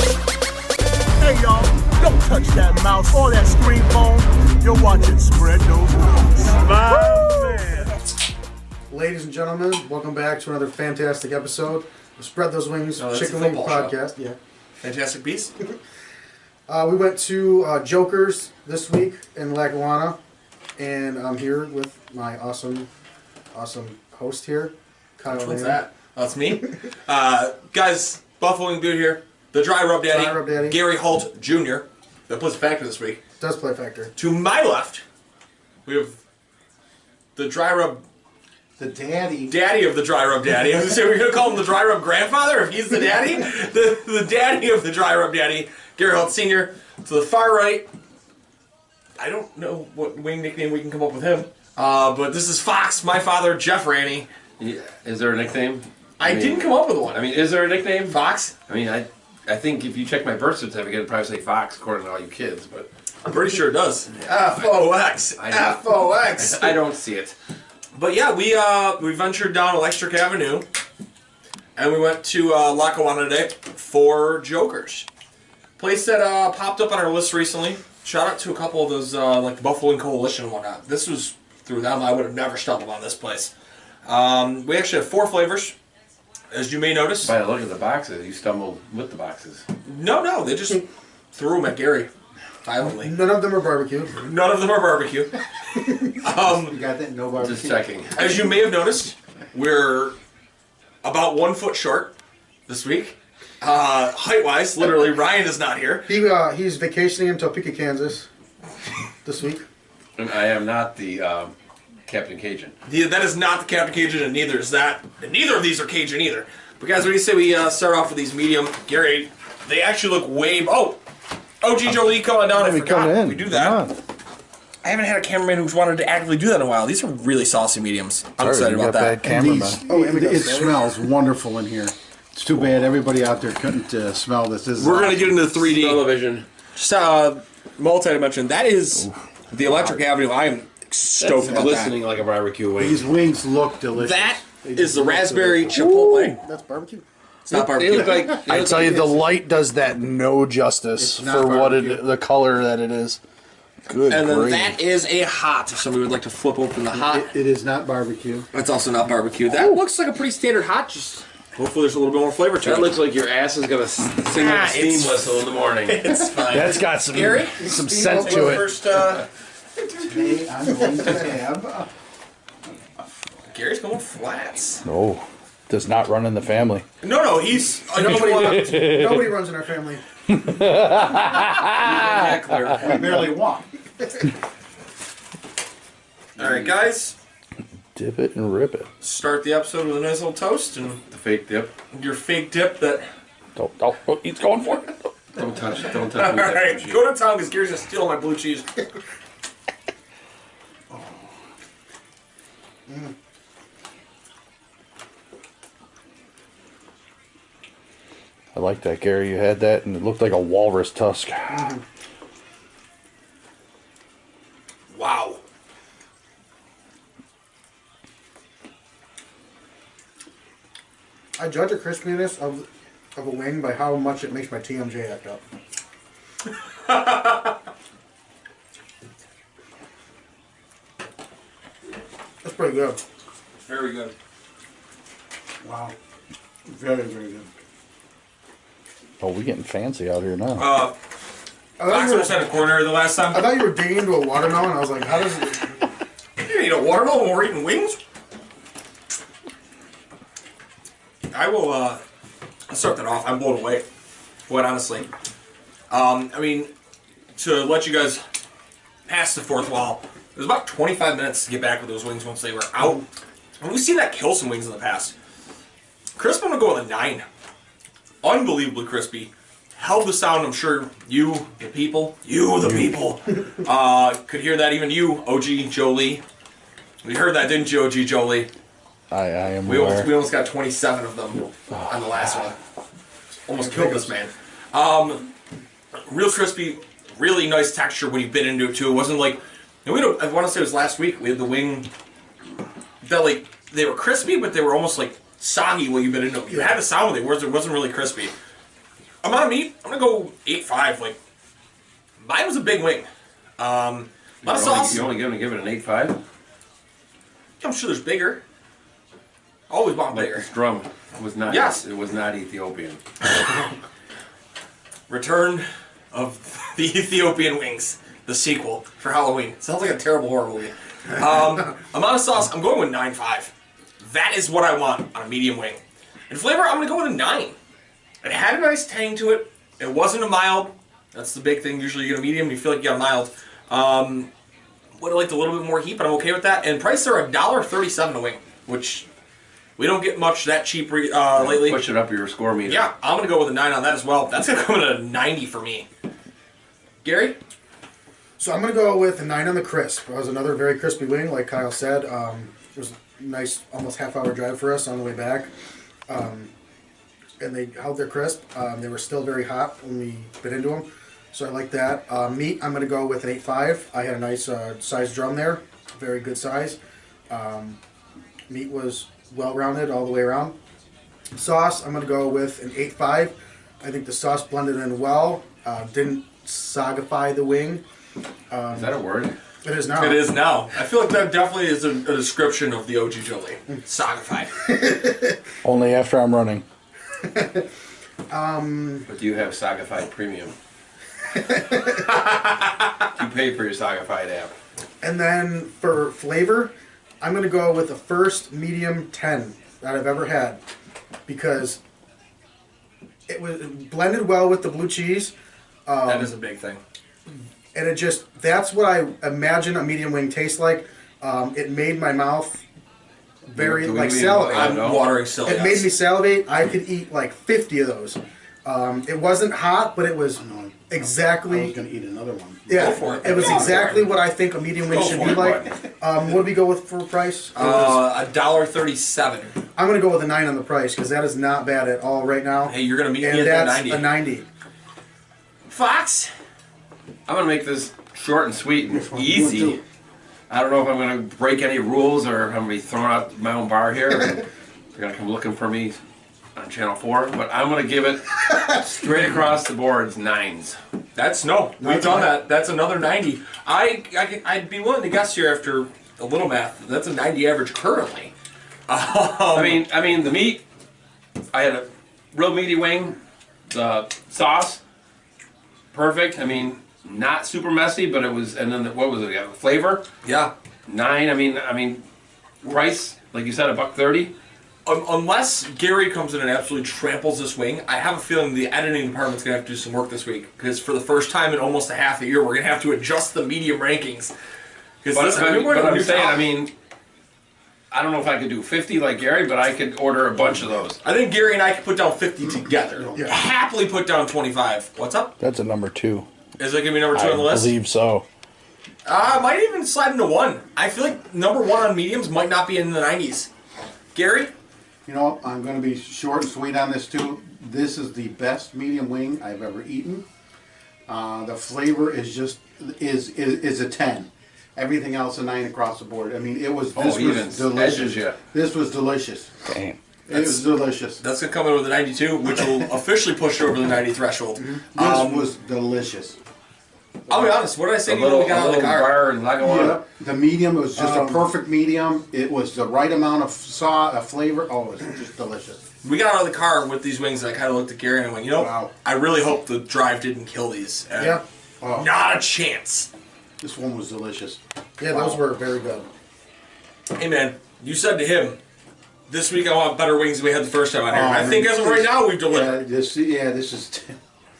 Hey y'all, don't touch that mouse or that screen phone. You're watching Spread Those Rules. Ladies and gentlemen, welcome back to another fantastic episode of Spread Those Wings Oh, that's Chicken the Wing football show. Podcast. Yeah, Fantastic piece. uh, we went to uh, Joker's this week in Lackawanna, and I'm here with my awesome, awesome host here, Kyle. What's Mann. that? That's me. Uh, guys, Buffalo Wing Beard here. The Dry Rub Daddy. Dry Rub Daddy. Gary Holt Jr. That plays factor this week. Does play factor? To my left, we have the Dry Rub The daddy. Daddy of the Dry Rub Daddy. I was gonna say, we're going to call him the Dry Rub Grandfather if he's the daddy. the, the daddy of the Dry Rub Daddy, Gary Holt Sr. To the far right, I don't know what wing nickname we can come up with him. Uh, but this is Fox, my father, Jeff Ranny. Yeah, Is there a nickname? I, mean- didn't come up with one. I mean, is there a nickname? Fox. I mean, I, I think if you check my birth certificate, it'd probably say Fox, according to all you kids, but I'm pretty sure it does. F O X. I know. F O X. I don't see it. But yeah, we uh we ventured down Electric Avenue, and we went to uh, Lackawanna today for Jokers, place that uh, popped up on our list recently. Shout out to a couple of those uh, like the Buffalo and Coalition and whatnot. This was through them. I would have never stumbled on this place. Um, we actually have four flavors, as you may notice. By the look at the boxes, you stumbled with the boxes. No, no, they just threw them at Gary violently. None of them are barbecue. None of them are barbecue. Um, You got that? No Just barbecue. checking. As you may have noticed, we're about one foot short this week. Uh, height wise, literally, Ryan is not here. He uh, he's vacationing in Topeka, Kansas, this week. And I am not the um, Captain Cajun. The- that is not the Captain Cajun, and neither is that. And neither of these are Cajun either. But guys, what do you say we uh, start off with these medium? Gary, they actually look way. Oh! OG Jolie, come on down. I Let me forgot come in. we do Come that. on. I haven't had a cameraman who's wanted to actively do that in a while. These are really saucy mediums. I'm excited You about got that. bad cameraman. oh, and it smells wonderful in here. It's too bad everybody out there couldn't uh, smell this. this is We're going to get into the 3D. Television. Just uh, multi-dimension. That is the Electric Avenue. I am stoked That's about glistening like a barbecue wing. These wings look delicious. that. That is the raspberry chipotle. That's barbecue. It's not They barbecue. look like. they I look tell like- you, the light does that no justice It's not for what it, barbecue. the color that it is. Good and then grief. that is a hot. If somebody would like to flip open the hot, It, it is not barbecue. that's also not barbecue. That looks like a pretty standard hot. Just hopefully there's a little bit more flavor to it. That looks like your ass is gonna s- sing like Ah, a steam it's- whistle in the morning. it's fine. has got some Gary? some scent to it. First, uh, Today I'm going to have. uh, Gary's going flats. No, does not run in the family. No, no, he's Nobody runs. Nobody runs in our family. I barely walk. All right, guys, Dip it and rip it. start the episode with a nice little toast and the fake dip. your fake dip that Oh, oh, oh, he's going for it. Don't touch. Don't touch. me All with that right, cheese. go to town because Gary's gonna steal my blue cheese. I like that, Gary. You had that, and it looked like a walrus tusk. Mm-hmm. Wow. I judge the crispiness of of a wing by how much it makes my TMJ act up. That's pretty good. Very good. Wow. Very, very good. Oh, we getting fancy out here now. Uh, I Fox thought, you almost were, had a corner the last I time. thought you were digging into a watermelon. I was like, how does? You didn't eat a a watermelon while we're eating wings? I will uh, I'll start that off. I'm blown away, quite honestly. Um, I mean, to let you guys pass the fourth wall, it was about 25 minutes to get back with those wings once they were out. And we've seen that kill some wings in the past. Crisp, I'm going to go with a 9. Unbelievably crispy. Held the sound, I'm sure you, the people, you, the people, uh, could hear that. Even you, OG Jolie. We heard that, didn't you, OG Jolie? I, I am We almost, we aware. almost got 27 of them on the last one. Almost killed this man. Um, real crispy, really nice texture when you bit into it too. It wasn't like, and we don't. I want to say it was last week. We had the wing that like they were crispy, but they were almost like soggy when you bit into it. You had the sound with it, whereas it wasn't really crispy. I'm on meat. I'm gonna go eight five. Like mine was a big wing. Um, a lot of You're only- sauce. You're only going to give it an eight five. I'm sure there's bigger. Always want Like bigger. this drum was not. Yes. It was not Ethiopian. Return of the Ethiopian Wings, the sequel for Halloween. Sounds like a terrible horror movie. Um, amount of sauce, I'm going with 9.5. That is what I want on a medium wing. And flavor, I'm going to go with a 9. It had a nice tang to it. It wasn't a mild. That's the big thing. Usually you get a medium, you feel like you got a mild. Um, would have liked a little bit more heat, but I'm okay with that. And price, they're $1.37 a wing, which we don't get much that cheap re- uh, lately. Push it up your score meter. Yeah, I'm gonna go with a nine on that as well. That's gonna come in a ninety for me. Gary, So I'm gonna go with a nine on the crisp. That was another very crispy wing, like Kyle said. Um, it was a nice, almost half hour drive for us on the way back, um, and they held their crisp. Um, they were still very hot when we bit into them, so I like that. Uh, meat, I'm gonna go with an eight five. I had a nice uh, size drum there, very good size. Um, meat was well rounded all the way around. Sauce, I'm gonna go with an eight five. I think the sauce blended in well. Uh, didn't sogify the wing. Is that a word? It is now. it is now. I feel like that definitely is a, a description of the OG Jolie. Sogify. Only after I'm running. But you have Sagified Premium. you pay for your Sagified app. And then for flavor, I'm gonna go with the first medium ten that I've ever had because it was it blended well with the blue cheese, Um, that is a big thing. and it just that's what I imagine a medium wing tastes like. Um, it made my mouth very Do we like mean- salivate. I I'm don't know. watering still. it made me salivate. I could eat like 50 of those. Um, it wasn't hot, but it was I was exactly gonna eat another one. yeah. Go for it. was Go for exactly it. what I think a medium wing Go should for be it. like. Um, what do we go with for price? It was- Uh, a dollar thirty-seven. I'm gonna go with a nine on the price because that is not bad at all right now. Hey, you're gonna meet me and at the that's 90. a ninety. Fox. I'm gonna make this short and sweet and Which one? One, easy. two. I don't know if I'm gonna break any rules or if I'm gonna be thrown out my own bar here. They're gonna come looking for me on Channel Four, but I'm gonna give it straight across the boards nines. That's no. We've That's done not- that. That's another ninety. I, I could- I'd be willing to guess here after a little math. That's a ninety average currently. I mean, I mean the meat. I had a real meaty wing. The sauce, perfect. I mean, not super messy, but it was. And then the, what was it? Yeah, the flavor Yeah. nine. I mean, I mean, price like you said, a buck thirty. Um, unless Gary comes in and absolutely tramples this wing, I have a feeling the editing department's gonna have to do some work this week because for the first time in almost a half a year, we're gonna have to adjust the medium rankings. Because But, I mean, but, we're but in a I'm new saying, top. I mean, I don't know if I could do 50 like Gary, but I could order a bunch of those. I think Gary and I could put down 50 together. Yeah. Happily put down 25. What's up? That's a number two. Is it gonna be number two I on the list? believe so. Uh, it might even slide into one. I feel like number one on mediums might not be in the 90s. Gary, You know, I'm going to be short and sweet on this too. This is the best medium wing I've ever eaten. Uh, the flavor is just is, is is a ten. Everything else a nine across the board. I mean, it was this Oh, even was delicious. edges ya. This was delicious. Damn. It was delicious. that's gonna come in with a 92, which will officially push it over the 90 threshold. This Um, was delicious. I'll be honest. What did I say A to you when little, we a got out of little the car? bar and Lagawana. Yep. The medium was just a perfect medium. It was the right amount of saw, a flavor. Oh, it was just delicious. We got out of the car with these wings, and I kind of looked at Gary and I went, you know, Wow. I really hope the drive didn't kill these. And Yeah, Oh, Not a chance. this one was delicious. yeah, those were very good. hey man, you said to him, this week I want better wings than we had the first time on here. Oh, I man. think as of right now we've Yeah, delivered. Uh, this, yeah, this is.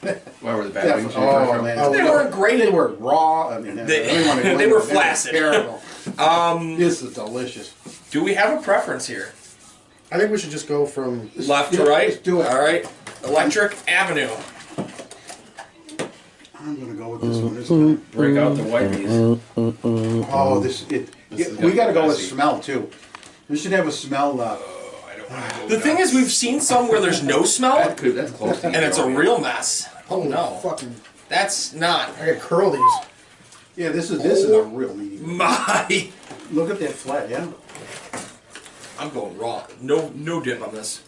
T- Why were the bad wings? definitely- oh, man. Oh, They no. weren't great. They were raw. I mean, They- I don't wanna they go into were it. flaccid. Terrible. um, this is delicious. Do we have a preference here? I think we should just go from. Left to yeah, right? let's do it. All right. Electric Avenue. I'm gonna go with this one. This time. Break out the whiteys. Oh, this it. This is yeah, we gotta go with messy. smell too. We should have a smell. Uh, I don't want to go The thing is, we've seen some where there's no smell, that could, that's close. and it's a real mess. Oh no, Fucking. that's not I gotta curl these. yeah, this is this is a real meaty. my. Look at that flat. Yeah. I'm going raw. No, no dip on this.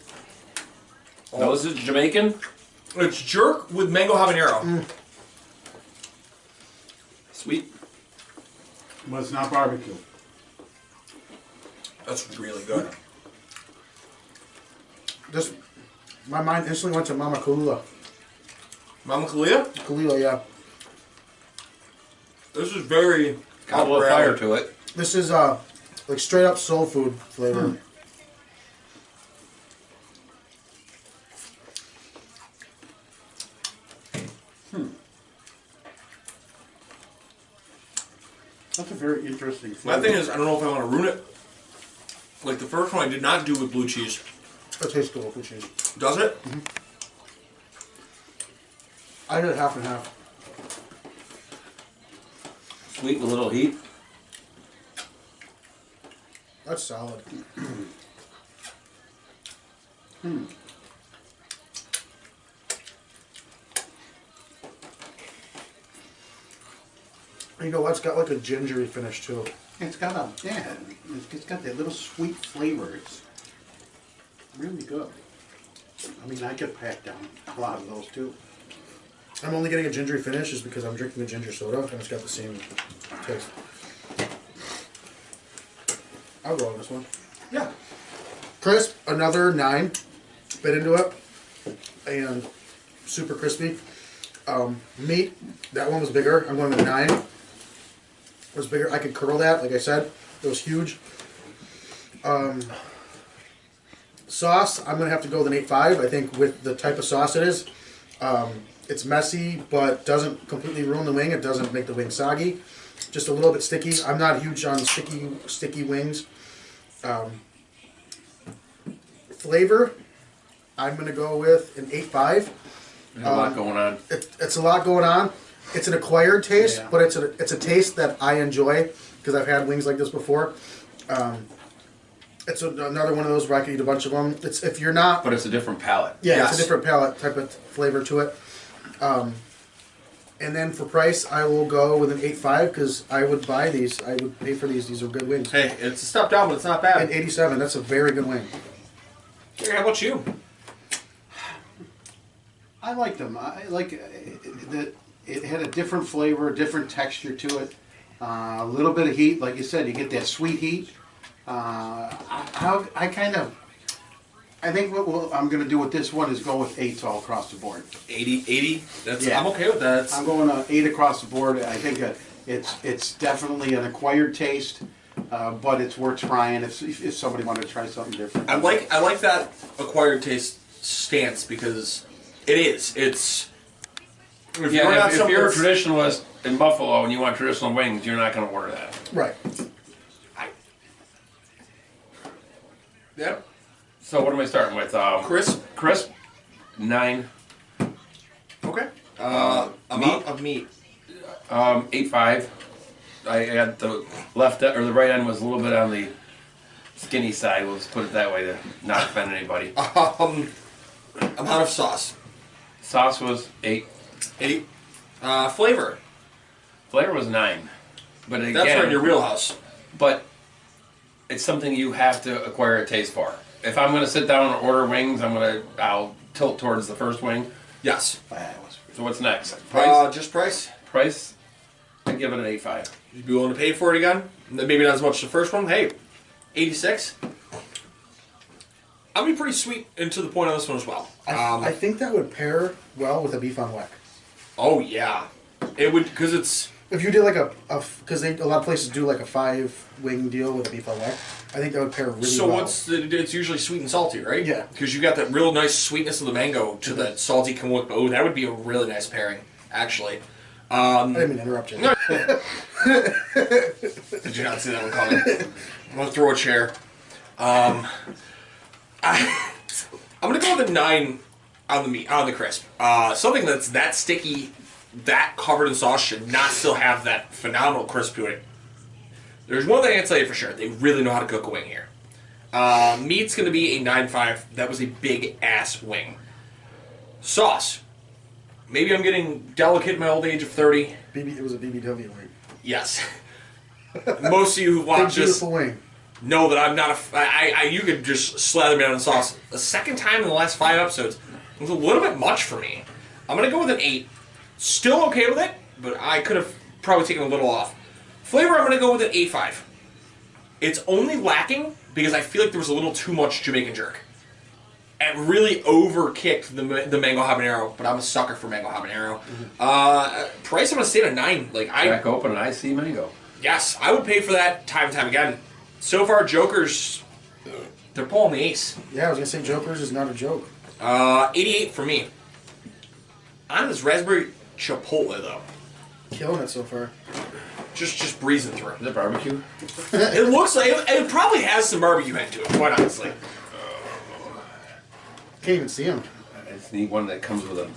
No, this is Jamaican. It's jerk with mango habanero. Sweet. But it's not barbecue. That's really good. Just. My mind instantly went to Mama Kalula. Mama Kalia, Kalila, yeah. this is very Got a little Up fire rally. to it. This is uh, like straight up soul food flavor. Hmm. That's a very interesting My flavor. thing is, I don't know if I want to ruin it. Like the first one, I did not do with blue cheese. It tastes good with cheese. Does it? I did half and half. Sweet with a little heat. That's solid. You know, that's got like a gingery finish too. It's got a yeah. It's, it's got that little sweet flavor. It's really good. I mean, I could pack down a lot of those too. I'm only getting a gingery finish is because I'm drinking a ginger soda and it's got the same taste. I'll go on this one. Yeah. Crisp, another nine. Bit into it, and super crispy. Um, meat, that one was bigger. I'm going with nine. It was bigger. I could curl that, like I said. It was huge. Um, sauce, I'm gonna have to go with an eight five. I think with the type of sauce it is, um, it's messy but doesn't completely ruin the wing. It doesn't make the wing soggy. Just a little bit sticky. I'm not huge on sticky sticky wings flavor, I'm gonna go with an eight five. There's a Um, lot going on. It, it's a lot going on. It's an acquired taste, Yeah. but it's a it's a taste that I enjoy because I've had wings like this before. Um, it's a, another one of those where I could eat a bunch of them. It's if you're not, But it's a different palate. yeah, Yes. it's a different palate type of flavor to it. Um, and then for price, I will go with an eight five because I would buy these. I would pay for these. These are good wings. Hey, it's a step down, but it's not An bad. eighty seven. That's a very good wing. Gary, how about you? I liked them. I like uh, that. It had a different flavor, a different texture to it. Uh, a little bit of heat, like you said, you get that sweet heat. Uh, I, I, I kind of, I think what we'll, I'm going to do with this one is go with eights all across the board. 80, 80. That's Yeah. I'm okay with that. It's- I'm going uh, eight across the board. I think uh, it's it's definitely an acquired taste, uh, but it's worth trying if, if, if somebody wanted to try something different. I like I like that acquired taste stance because it is. It's if Yeah, not if, if someone you're a that's- traditionalist in Buffalo and you want traditional wings, you're not going to order that. Right. Yep. So what am I starting with? Um, Crisp. Crisp. Nine. Okay. Uh, amount of meat. Um, eight five. I had the left e- or the right end was a little bit on the skinny side. Let's put it that way to not offend anybody. Um, amount of sauce. Sauce was eight. Eight. Uh, flavor. Flavor was nine. But again, That's right in your wheelhouse. but it's something you have to acquire a taste for. If I'm going to sit down and order wings, I'm going to I'll tilt towards the first wing. Yes. That was- So what's next? Price. Uh, just price. price. I give it an eight five. You'd be willing to pay for it again? Maybe not as much as the first one. Hey, 86. I'll be pretty sweet and to the point on this one as well. I, Um, I think that would pair well with a beef on weck. oh, yeah. It would, because it's, If you did like a because they a lot of places do like a five wing deal with a beef elect, I think that would pair really So well. what's the, it's usually sweet and salty, right? Yeah. Mm-hmm. Because you got that real nice sweetness of the mango to the salty kamut. Oh, that would be a really nice pairing, actually. I didn't mean to interrupt you. Did you not see that one coming? I'm gonna throw a chair. Um, I, I'm gonna go with a nine on the meat on the crisp. Uh, something that's that sticky, that covered in sauce should not still have that phenomenal crisp to it. There's one thing I can tell you for sure: they really know how to cook a wing here. Uh, meat's gonna be a nine five. That was a big ass wing. Sauce. Maybe I'm getting delicate in my old age of 30. BB, it was a BBW wing. Yes. Most of you who Big watch this beautiful wing. know that I'm not a. f- I, I- you could just slather me down in sauce. The second time in the last five episodes it was a little bit much for me. I'm gonna go with an eight. Still okay with it, but I could have probably taken a little off. Flavor, I'm gonna go with an eight five. It's only lacking because I feel like there was a little too much Jamaican jerk. It really overkicked the, ma- the mango habanero, but I'm a sucker for mango habanero. Uh, price, I'm gonna stay at a nine. Like I Crack open and I see mango. Yes, I would pay for that time and time again. So far, Joker's they're pulling the ace. Yeah, I was gonna say Joker's is not a joke. Uh, 88 for me. On this raspberry chipotle though, Killing it so far. just just breezing through. Is it barbecue? It looks like it, it probably has some barbecue into it. Quite honestly, Can't even see him. It's the one that comes with a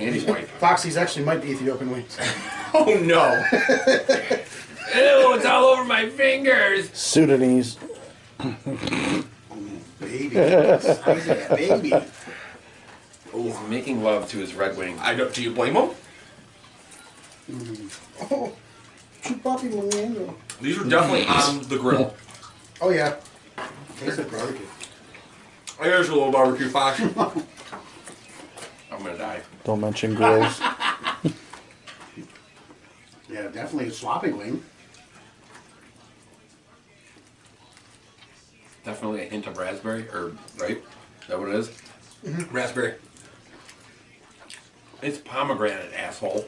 handy wipe. Foxy's actually might be Ethiopian wings. oh no, Ew, it's all over my fingers. Sudanese. Baby. Isaac, baby. He's making love to his red wing. I don't. Do you blame them? oh, Chupapi Milano. These were definitely on the grill. Oh yeah, Tastes like barbecue. There's your little barbecue fox. I'm gonna die. Don't mention grills. Yeah, definitely a sloppy wing. Definitely a hint of raspberry or right? Is that what it is? raspberry. It's pomegranate, asshole.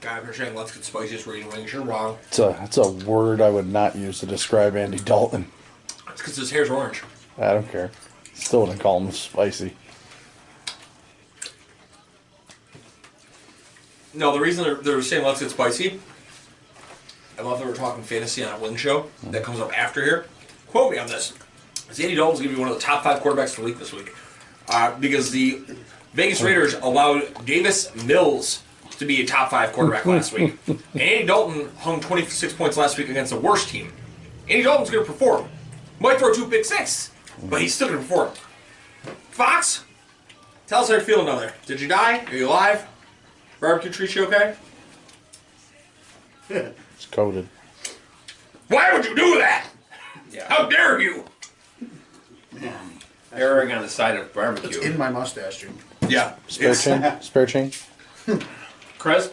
God, if you're saying let's get spiciest reading wings, you're wrong. It's a it's a word I would not use to describe Andy Dalton. It's because his hair's orange. I don't care. Still wouldn't call him spicy. No, the reason they're, they're saying let's get spicy. I love that we're talking fantasy on a wing show that comes up after here. Quote me on this: Is Andy Dalton's going to be one of the top five quarterbacks for the league this week? Uh, because the Vegas Raiders allowed Davis Mills to be a top five quarterback last week. And Andy Dalton hung 26 points last week against the worst team. Andy Dalton's going to perform. Might throw two big six, but he's still going to perform. Fox, tell us how you're feeling down there. Did you die? Are you alive? Barbecue tree show okay? It's coated. Why would you do that? Yeah. How dare you? Erring on the side of it's barbecue. in my mustache, dude. Yeah. Spare change. Spare change. Crisp.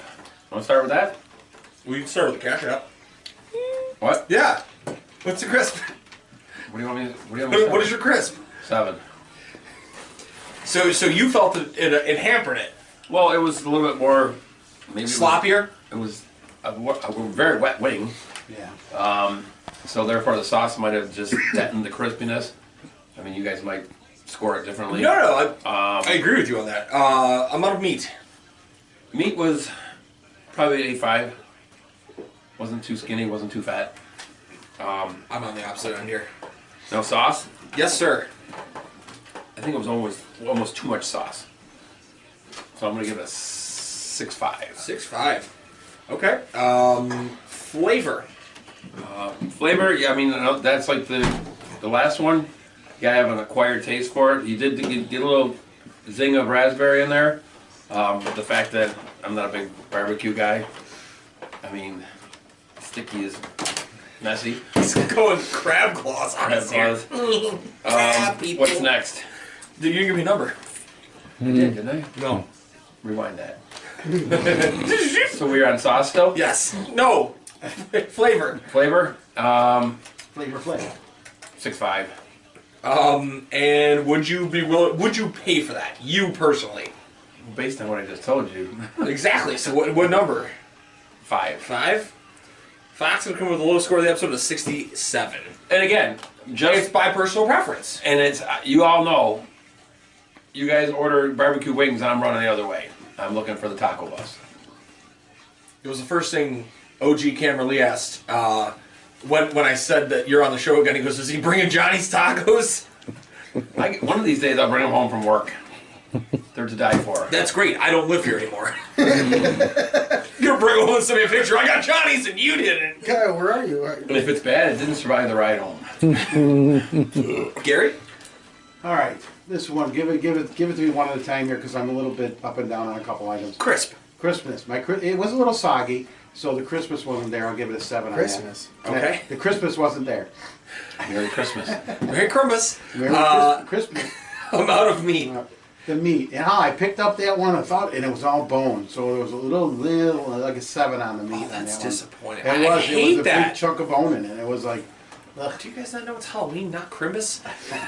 Want to start with that? We can start with the cash app. What? Yeah. What's the crisp? What do you want me? To, what do you want me? to What, what is start your crisp? with? seven? So so you felt it, it, it hampered it. Well, it was a little bit more maybe it was- Sloppier? It was a, wa- a very wet wing, Um, Yeah. so therefore the sauce might have just deadened the crispiness. I mean, you guys might score it differently. No, no, I, Um. I agree with you on that. Uh, amount of meat. Meat was probably 85. Wasn't too skinny, wasn't too fat. I'm on the opposite end here. No sauce. Yes, sir. I think it was almost almost too much sauce. So I'm gonna give it a six five. Six five. Okay. Um, flavor. Flavor, yeah, I mean uh, that's like the the last one. You gotta have an acquired taste for it. You did get, get a little zing of raspberry in there. Um, but the fact that I'm not a big barbecue guy, I mean, sticky is messy. He's going crab claws on Crab us here. claws. Crab What's next? Dude, you didn't give me a number. I did, didn't I? No. Rewind that. so we are on sauce still? Yes. No. Flavor. Flavor? Um, Flavor flavor. six five. Um, and would you be willing? Would you pay for that? You personally? Based on what I just told you, Exactly. So what? What number? five. Five. Fox would come with the lowest score of the episode of sixty-seven. And again, It's just by personal preference. and it's uh, you all know. You guys order barbecue wings. I'm running the other way. I'm looking for the taco bus. It was the first thing OG Camerly asked uh, when when I said that you're on the show again. He goes, "Is he bringing Johnny's tacos?" I, get- one of these days, I'll bring them home from work. They're to die for. That's great. I don't live here anymore. you're bringing home and send me a picture. I got Johnny's and you didn't. Kyle, where are you? I- But if it's bad, it didn't survive the ride home. Gary, All right, this one, give it, give it, give it to me one at a time here, because I'm a little bit up and down on a couple items. crisp. Christmas, my cri- it was a little soggy, so the Christmas wasn't there. I'll give it a seven. on that. Christmas. Okay. The Christmas wasn't there. Merry Christmas. Merry Christmas. Merry Uh, Christ- Christmas. I'm out of meat. The meat, and how I picked up that one, I thought, and it was all bone, so there was a little, little, like a seven on the meat. on Oh, that's that one. disappointing. It I was. it hate was a that. big chunk of bone in it. It was like, ugh, Do you guys not know it's Halloween, not Christmas?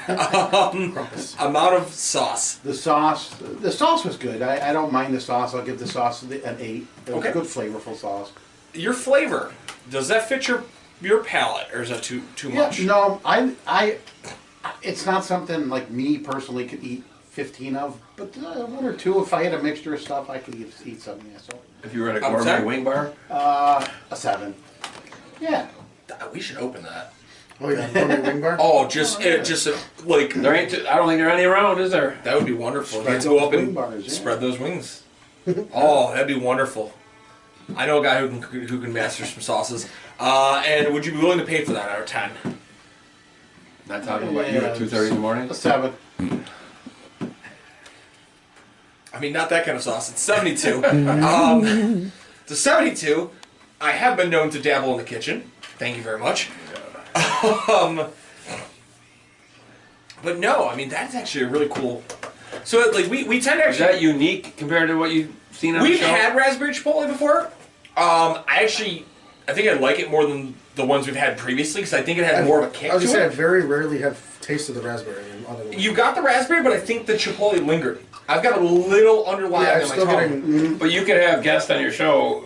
um, amount of sauce. The sauce, the sauce was good. I, I don't mind the sauce. I'll give the sauce the- an eight. It was Okay. good, flavorful sauce. Your flavor. Does that fit your your palate, or is that too too Yeah, much? no, I, I, it's not something like me personally could eat fifteen of, but uh, one or two. If I had a mixture of stuff, I could eat, eat something. Yeah, so If you were at a I'm gourmet sorry? wing bar, a seven. Yeah, Uh, We should open that. Oh yeah, gourmet wing bar. Oh, just it, just uh, like there ain't. I don't think there are any around, is there? that would be wonderful. Spread Let's go those up and wing bars, yeah. spread those wings. oh, that'd be wonderful. I know a guy who can cook- who can master some sauces. Uh, and would you be willing to pay for that out of ten? Not talking about you at two thirty in the morning. a seven. I mean, not that kind of sauce. It's 72. um, to 72, I have been known to dabble in the kitchen. Thank you very much. um, but no, I mean, that's actually a really cool. So, like, we, we tend to Is that actually. unique compared to what you've seen on We've the show? had raspberry chipotle before. Um, I actually. I think I like it more than the ones we've had previously because I think it has more of a kick I was gonna to say I it. very rarely have tasted the raspberry in other ones. You got the raspberry, but I think the chipotle lingered. I've got a little underlying yeah, I'm in my still tongue. getting. mm, But you could have guests on your show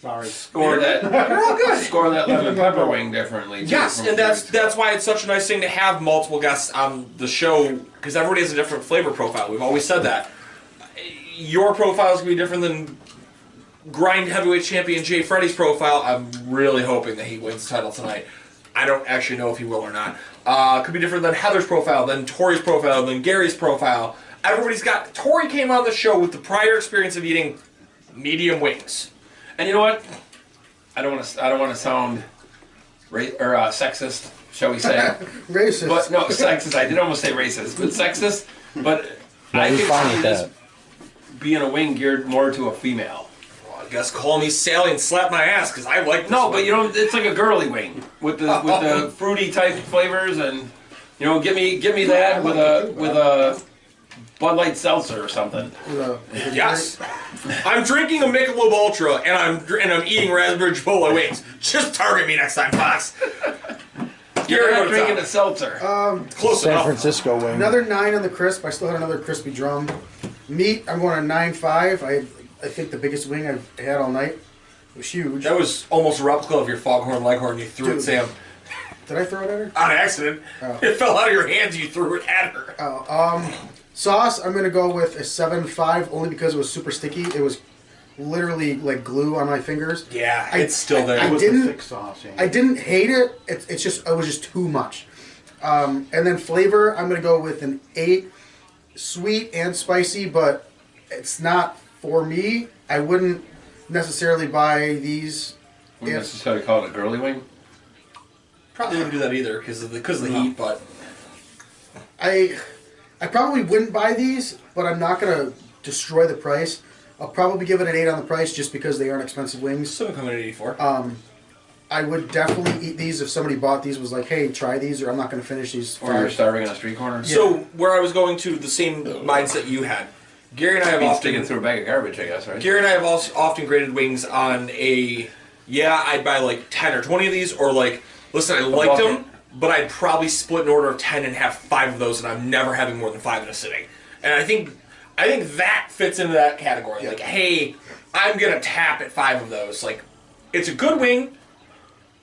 Sorry. score that They're all good. score that lemon pepper wing differently. too, Yes, from- and that's that's why it's such a nice thing to have multiple guests on the show because everybody has a different flavor profile. We've always said that. Your profile is gonna be different than grind heavyweight champion Jay Freddy's profile. I'm really hoping that he wins the title tonight. I don't actually know if he will or not. Uh, could be different than Heather's profile, than Tori's profile, than Gary's profile. Everybody's got. Tori came on the show with the prior experience of eating medium wings. And you know what? I don't want to. I don't want to sound ra- or uh, sexist, shall we say? racist. but no, sexist. I did almost say racist, but sexist. But I I'm could fine see with this that. being a wing geared more to a female. Well, I guess call me Sally and slap my ass because I like. No, but you know, it's like a girly wing with the with the fruity type flavors, and you know, give me give me that with a with a Bud Light seltzer or something. Uh, Yes. I'm drinking a Michelob Ultra and I'm dr- and I'm eating raspberry chipotle wings. Just target me next time, Fox. You're Gary, not what's drinking up? a seltzer. close San enough. Francisco wing. Another nine on the crisp. I still had another crispy drum. Meat. I'm going a nine five. I I think the biggest wing I've had all night It was huge. That was almost a replica of your foghorn leghorn you threw at Dude. Sam Did I throw it at her? on accident. Oh. It fell out of your hands. You threw it at her. Sauce, I'm gonna go with a seven five only because it was super sticky. It was literally like glue on my fingers. yeah, I- it's still there. I It was didn't- the thick sauce. Yeah. I didn't hate it. It's it's just it was just too much. Um, and then flavor, I'm gonna go with an eight, sweet and spicy, but it's not for me. I wouldn't necessarily buy these. Wouldn't If, necessarily call it a girly wing. probably wouldn't do that either because of the because of the heat. But I I probably wouldn't buy these, but I'm not gonna destroy the price. I'll probably give it an eight on the price just because they aren't expensive wings. still coming at 84. Uh, I would definitely eat these if somebody bought these was like, hey, try these, or I'm not going to finish these. Or you're starving on a street corner. So where I was going to the same mindset you had. Gary and I I have mean, often sticking through a bag of garbage, I guess, right? Gary and I have also often graded wings on a yeah, I'd buy like ten or twenty of these, or like listen, I liked bucket. them. but I'd probably split an order of ten and have five of those, and I'm never having more than five in a sitting. And I think I think that fits into that category. Like, hey, I'm gonna tap at five of those. Like, it's a good wing.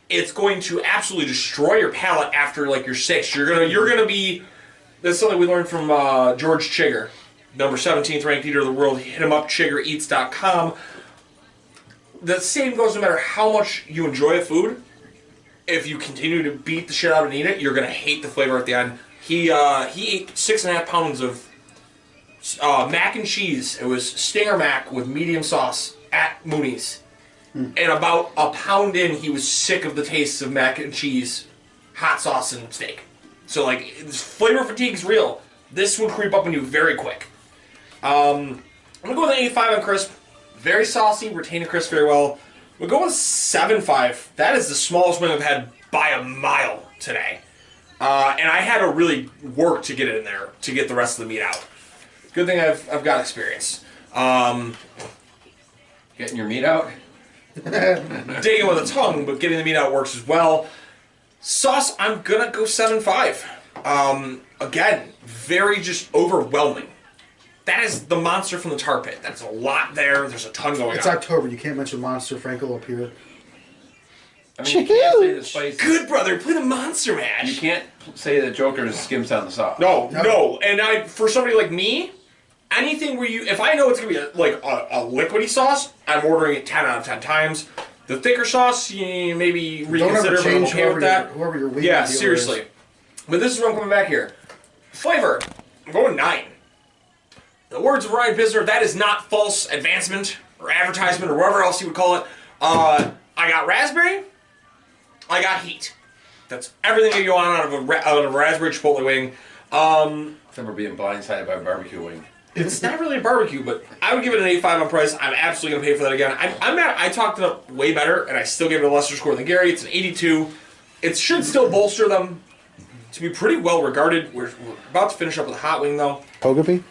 It's going to absolutely destroy your palate after like your six. You're gonna you're gonna be. That's something we learned from uh, George Chigger, number 17th ranked eater of the world. Hit him up, ChiggerEats.com the same goes no matter how much you enjoy a food. If you continue to beat the shit out and eat it, you're gonna hate the flavor at the end. He uh, he ate six and a half pounds of uh, mac and cheese. It was stinger mac with medium sauce at Mooney's, and about a pound in, he was sick of the taste of mac and cheese, hot sauce and steak. So like, this flavor fatigue's real. This would creep up on you very quick. Um, I'm gonna go with an 85 on crisp. Very saucy, retain the crisp very well. We'll go with 7.5. That is the smallest wing I've had by a mile today. Uh, and I had to really work to get it in there to get the rest of the meat out. Good thing I've, I've got experience. Um, Getting your meat out. digging with a tongue, but getting the meat out works as well. Sauce, I'm gonna go 7.5. Um, again, very just overwhelming. That is the monster from the tar pit. That's a lot there. There's a ton going It's on. October. You can't mention Monster Frankel up here. I mean, you can't say this place. Good brother, play the monster You mash. can't say that Joker skims on the sauce. No, no, and I for somebody like me, anything where you if I know it's gonna be a, like a, a liquidy sauce, I'm ordering it ten out of ten times. The thicker sauce, you maybe Don't ever reconsider, but I'm change okay whoever with that. your, whoever your weekly yeah, dealer is. seriously. But this is where I'm coming back here. Flavor, I'm going nine. The words of Ryan Pisner, that is not false advancement or advertisement or whatever else you would call it. Uh, I got raspberry, I got heat. That's everything that you want out of a, ra- out of a raspberry chipotle wing. Except for being blindsided by a barbecue wing. It's not really a barbecue, but I would give it an 85 on price. I'm absolutely gonna pay for that again. I'm, I'm not. I talked it up way better, and I still gave it a lesser score than Gary. It's an 82. It should still bolster them to be pretty well regarded. We're, we're about to finish up with a hot wing though. Pogapy?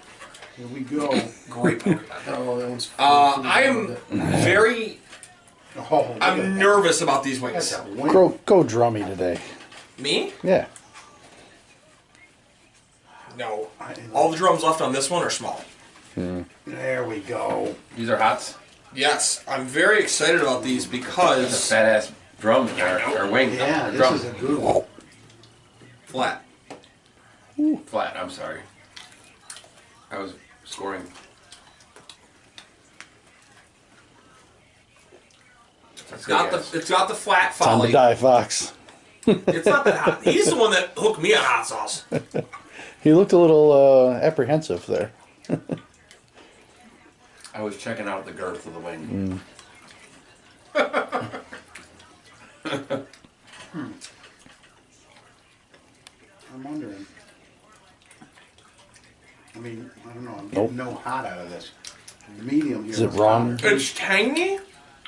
Here we go. Great. poker. Oh, that one's. Uh, I am very. Oh, look at I'm that. nervous about these That's wings. a wing. Go, go drummy today. Me? Yeah. No. All the drums left on this one are small. There we go. These are hots. Yes, I'm very excited about these because Fat ass drum or, or wing. Yeah, or this drum. is a good one. flat. Flat. I'm sorry. I was scoring. It's got the it's got the flat Time folly. to die, Fox. It's not that hot. He's the one that hooked me on hot sauce. He looked a little uh, apprehensive there. I was checking out the girth of the wing. Mm. I'm wondering. I mean, I don't know. I'm Nope. getting no hot out of this. The medium here. Is it was wrong? hotter. It's tangy.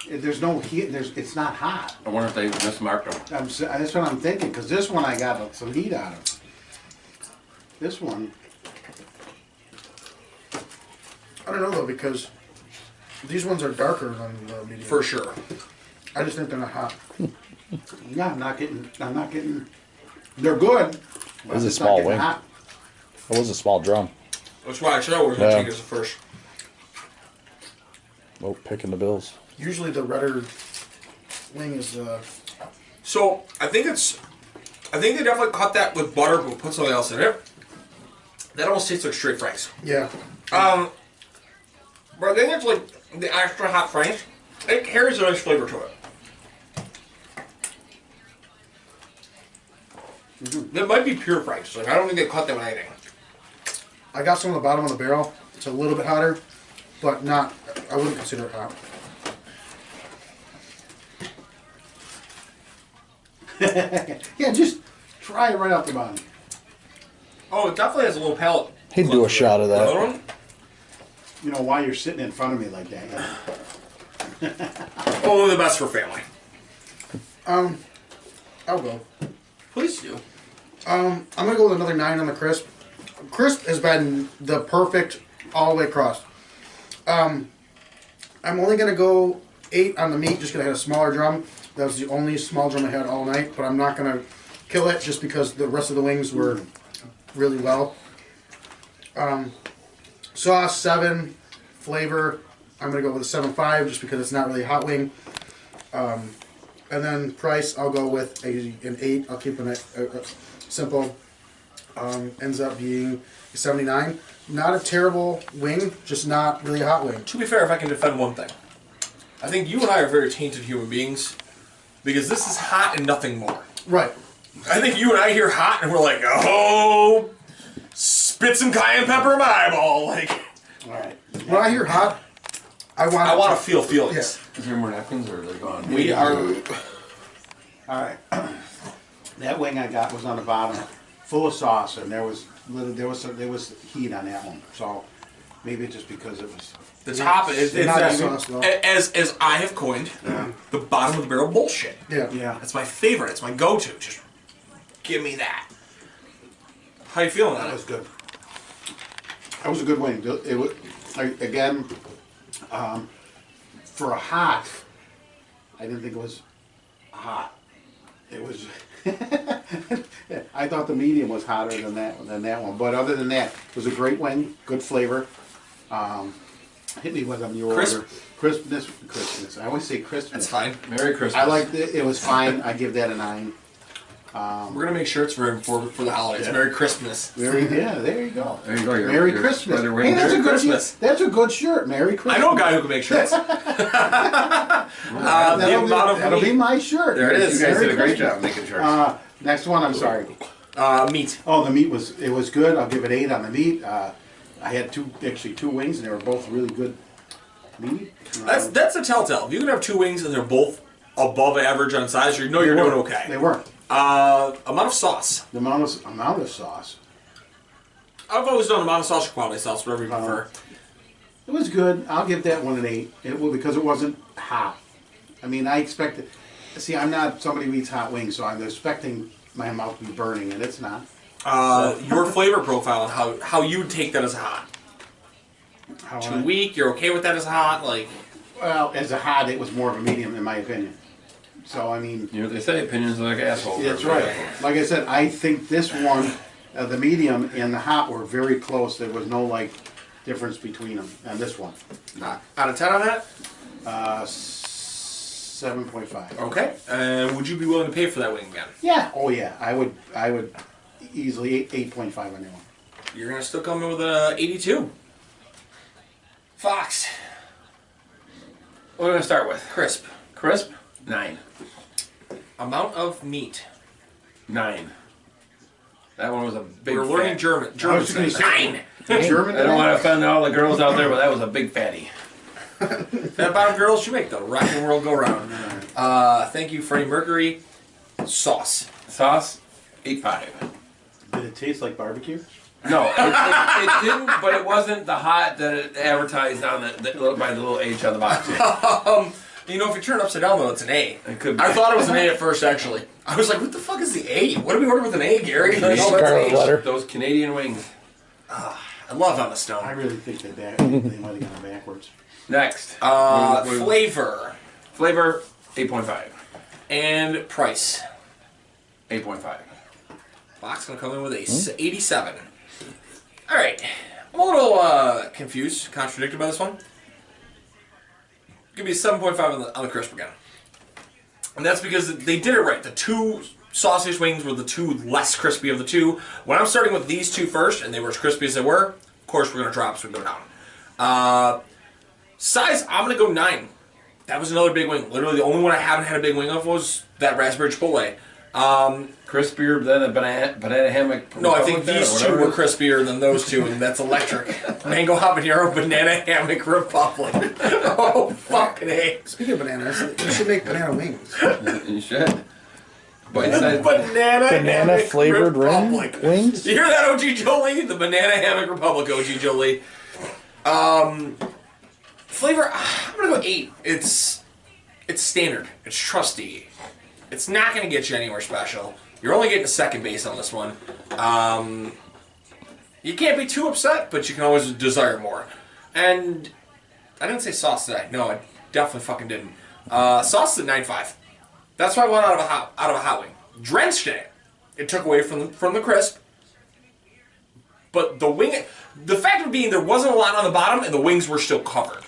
It- There's no heat. There's. It's not hot. I wonder if they mismarked them. I'm, s- that's what I'm thinking. Because this one I got some heat out of. This one. I don't know though because these ones are darker than the medium. For sure. I just think they're not hot. Yeah, I'm not getting. I'm not getting. They're good. but This is it's a not small getting wing. hot. It was a small drum. That's why I said I was gonna Yeah. take it as a first. Oh, picking the bills. Usually the redder wing is uh, So I think it's I think they definitely cut that with butter but put something else in it. That almost tastes like straight franks. yeah. Um but I think it's like the extra hot franks. It carries a nice flavor to it. That might be pure franks. Like I don't think they cut that with anything. I got some on the bottom of the barrel. It's a little bit hotter, but not. I wouldn't consider it hot. Yeah, just try it right off the bottom. Oh, it definitely has a little palate. He'd do a shot of that. Another one? You know why you're sitting in front of me like that? yeah. Only Oh, the best for family. Um, I'll go. Please do. Um, I'm gonna go with another nine on the crisp. Crisp has been the perfect all the way across. Um, I'm only gonna go eight on the meat, just gonna hit a smaller drum. That was the only small drum I had all night, but I'm not gonna kill it just because the rest of the wings were really well. Um, sauce seven, flavor. I'm gonna go with a seven five just because it's not really a hot wing. Um, and then price, I'll go with a, an eight. I'll keep it uh, uh, simple. Um, ends up being 79. Not a terrible wing, just not really a hot wing. To be fair, if I can defend one thing, I think you and I are very tainted human beings because this is hot and nothing more. Right. I think you and I hear hot and we're like, oh, spit some cayenne pepper in my eyeball. Like, All right. When I hear hot, I want. I want to feel feelings. Is there more napkins or are they gone? We are. All right. that wing I got was on the bottom, full of sauce, and there was little, there was some, there was heat on that one. So maybe just because it was. The top is it's Not a- a sauce, though. a- as as I have coined the bottom of the barrel bullshit. Yeah. Yeah. That's my favorite. It's my go-to. Just give me that. How you feeling? That That was good. That was a good wing. It was again um, for a hot. I didn't think it was hot. It was. I thought the medium was hotter than that than that one, but other than that, it was a great wing. Good flavor. Um, hit me with on your Crisp. order. Crispness, crispness. I always say crispness. That's fine. Merry Christmas. I liked it. It was fine. I give that a nine. We're gonna make sure it's for for, for the holidays. Yeah. Merry Christmas. Very, yeah, there you go. There you go. Your, Merry your Christmas. brother Hey, wing. that's a Merry good Christmas. That's a good shirt. Merry Christmas. I know a guy who can make shirts. Uh, the That'll, be, amount of that'll meat, be my shirt. There it is. You guys Merry did a great Christmas. job making sure. Uh, next one. I'm sorry. uh, meat. Oh, the meat was it was good. I'll give it eight on the meat. Uh, I had two actually two wings, and they were both really good meat. That's that's a telltale. If you can have two wings and they're both above average on size, you know you're doing They okay. weren't. Uh, amount of sauce. The amount of, amount of sauce. I've always done amount of sauce or quality sauce, whatever you prefer. It was good. I'll give that one an eight. It will because it wasn't hot. I mean, I expected. See, I'm not somebody who eats hot wings, so I'm expecting my mouth to be burning, and it's not. Uh, your flavor profile and how how you would take that as hot. How Too I- weak. You're okay with that as hot. Like Well, as a hot, it was more of a medium, in my opinion. So I mean, you know what they say, opinions are like assholes. that's right. Like I said, I think this one, uh, the medium and the hot were very close. There was no like difference between them. And this one, out of ten on that. uh, seven point five. Oh, Okay. And would you be willing to pay for that wing again? Yeah. Oh yeah. I would. I would easily eight point five on that one. You're gonna still come in with a 82. Fox, What are we going to start with? crisp Crisp? Nine. amount of meat. Nine. That one was a big We're learning fat- German. I German. was just gonna says say- nine. The German. I don't want to offend all the girls out there, but that was a big fatty. That bottom girls you make the rock and roll go round. Uh, thank you, Freddie Mercury. Sauce. Sauce? Eight five. Did it taste like barbecue? No, it, it, it didn't, but it wasn't the hot that it advertised on the, the little- by the little H on the box. You know, if you turn it upside down though, it's an A. It could be. I thought it was an A at first, actually. I was like, what the fuck is the A? What do we order with an A, Gary? Like, oh, that's Scarlet an A. letter. Those Canadian wings. I love Emma I Stone. really think they back. they might have gone backwards. Next. Uh, What- what- flavor flavor, 8.5. and price. 8.5. Box gonna come in with a s- 87. All right, I'm a little uh, confused, contradicted by this one. Give me a 7.5 on the, on the crisp again, and that's because they did it right. The two sausage wings were the two less crispy of the two. When I'm starting with these two first, and they were as crispy as they were, of course we're gonna drop, so we go down. Uh, size, I'm gonna go nine. That was another big wing. Literally, the only one I haven't had a big wing of was that raspberry chipotle. Um, Crispier than a banana, banana hammock. no, I think Republic these or two whatever were it is. crispier than those two, and that's electric. Mango habanero, banana hammock republic. Oh fucking hey! Speaking of bananas, you should make banana wings. You should. But Banana, instead, Banana hammock flavored ring republic. wings? You hear that, OG Jolie? The banana hammock republic, OG Jolie. Um, flavor. ah, I'm gonna go eight. It's it's standard. It's trusty. It's not gonna get you anywhere special. You're only getting a second base on this one. Um, you can't be too upset, but you can always desire more. And I didn't say sauce today. No, I definitely fucking didn't. Uh, sauce is at nine five. That's what I want out of a hot out of a hot wing. Drenched in it. It took away from the, from the crisp. But the wing, the fact of being, there wasn't a lot on the bottom, and the wings were still covered.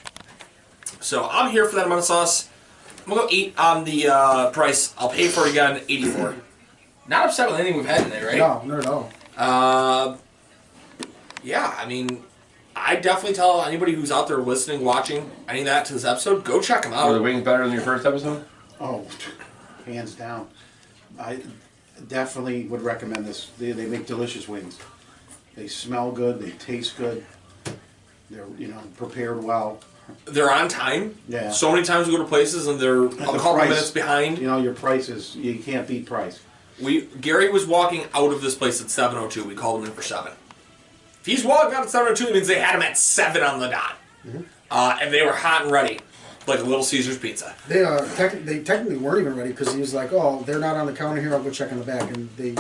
So I'm here for that amount of sauce. I'm gonna go eight on the uh, price. I'll pay for it again, eighty-four. Not upset with anything we've had today, right? No, not at all. Uh, yeah, I mean, I definitely tell anybody who's out there listening, watching any of that to this episode, go check them Were the out. wings better than your first episode? Oh, hands down. I definitely would recommend this. They, they make delicious wings. They smell good. They taste good. They're you know prepared well. They're on time. Yeah. So many times we go to places and they're a the couple price- minutes behind. You know your price is you can't beat price. We Gary was walking out of this place at seven oh two. We called him in for seven. If he's walking out at seven oh two, it means they had him at seven on the dot, Mm-hmm. uh, and they were hot and ready, like a Little Caesar's pizza. They uh, tec- they technically weren't even ready because he was like, "Oh, they're not on the counter here. I'll go check in the back." And they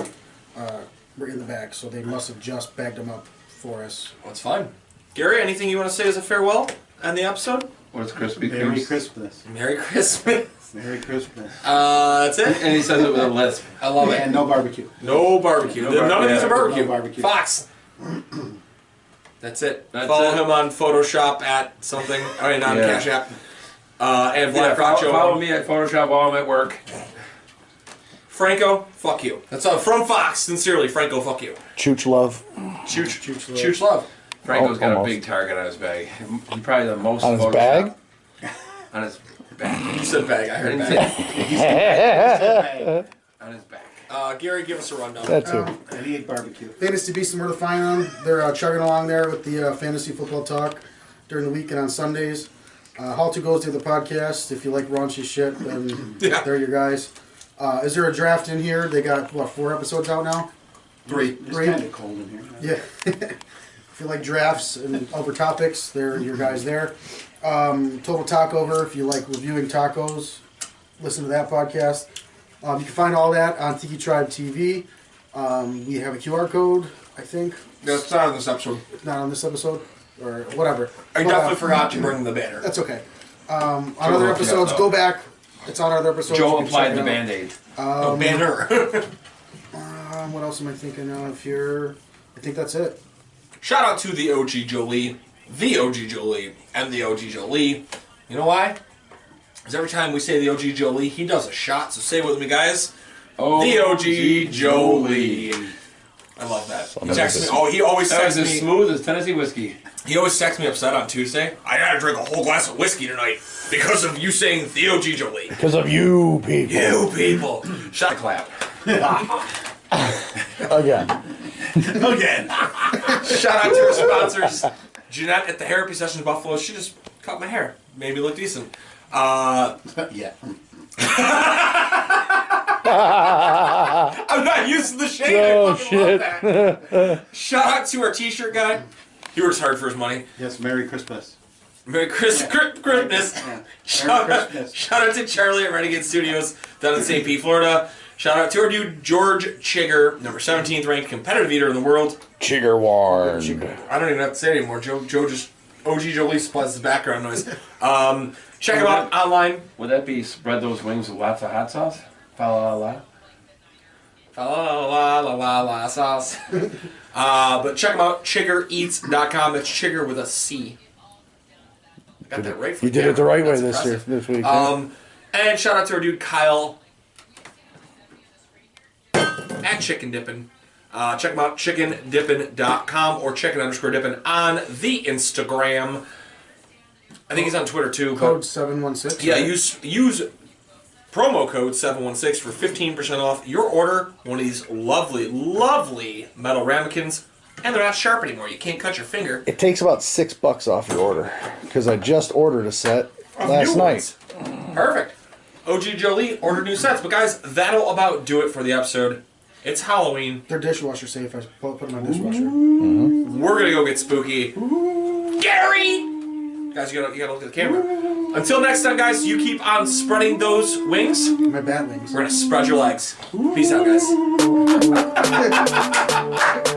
uh, were in the back, so they must have just bagged them up for us. That's fine. Gary, anything you want to say as a farewell on the episode? What's crispy Merry Kreme's? Christmas. Merry Christmas. Merry Christmas. Uh, that's it. And he says it with a lisp. I love it. and no barbecue. No barbecue. No None of barbecue. these are barbecue. No barbecue. Fox. That's it. That's follow it. him on Photoshop at something. I mean, on Yeah. Cash App. Uh, and Yeah, Black follow, Rock follow me at Photoshop while I'm at work. Franco, fuck you. That's all. From Fox, sincerely, Franco, fuck you. Chooch love. Chooch, chooch, love. chooch love. Franco's got a Almost. big target on his bag. He probably the most On his Photoshop- bag? On his back. You said bag. I I heard didn't bag. say- Hey, on his back. Uh, Gary, give us a rundown. That's it. Um, and he ate barbecue. Fantasy Beasts and where to find them. They're uh, chugging along there with the uh, fantasy football talk during the week and on Sundays. Uh, How to goes to the podcast. If you like raunchy shit, then Yeah. they're your guys. Uh, is there a draft in here? They got what four episodes out now. Three. It's Great. kind of cold in here. Yeah. if you like drafts and over topics, they're your guys there. Um, Total Takeover, if you like reviewing tacos, listen to that podcast. Um, you can find all that on Tiki Tribe TV. Um, we have a QR code, I think, That's not on this episode. not on this episode or whatever. I But, definitely uh, forgot to bring the banner. That's okay. Um, on other look it up, episodes, though. go back. It's on other episodes. You Joe can check applied it the out. band aid. a banner. Um, what else am I thinking of here? I think that's it. Shout out to the OG Jolie, the OG Jolie, and the OG Jolie. You know why? Because every time we say the OG Jolie, he does a shot. So say it with me, guys. Oh, The OG Jolie. I love that. He of a texts me. bitch. Oh, he always That was texts as me. smooth as Tennessee whiskey. He always texts me upset on Tuesday. I gotta drink a whole glass of whiskey tonight because of you saying the OG Jolie. Because of you people. You people. Shot clap. Again. Again. Shout out to our sponsors. Jeanette at the Therapy Sessions Buffalo. She just cut my hair. Made me look decent. Uh, yeah. I'm not used to the shade. I Oh, fucking love that. Shout out to our t-shirt guy. He works hard for his money. Yes. Merry Christmas. Merry Christmas. Christmas. Yeah. Merry Shout out, Christmas. shout out to Charlie at Renegade Studios down in St. Pete, Florida. Shout out to our dude George Chigger, number 17th ranked competitive eater in the world. Chigger warned. I don't even have to say it anymore. Joe, Joe just OG Jolie supplies the background noise. Um, check him out online. Would that be spread those wings with lots of hot sauce? Fa la la la. La la la la la sauce. Uh, but check him out, chiggereats.com. That's chigger with a C. Got that right. from You did it the Cameron. right way That's this year, impressive. this week. Um, and shout out to our dude Kyle at Chicken Dippin. Uh, check him out, chickendippin.com or chicken underscore dippin on the Instagram. I think he's on Twitter too. but- Code seven one six. yeah, use use promo code 716 for 15% off your order. One of these lovely, lovely metal ramekins. And they're not sharp anymore. You can't cut your finger. it takes about six bucks off your order. Because I just ordered a set last New night. ones. Perfect. OG Jolie, order new sets. But guys, that'll about do it for the episode. It's Halloween. They're dishwasher safe. I put put them in my dishwasher. We're gonna go get spooky. Gary! Guys, you gotta, you gotta look at the camera. Until next time, guys, you keep on spreading those wings. My bat wings. We're gonna spread your legs. Peace out, guys.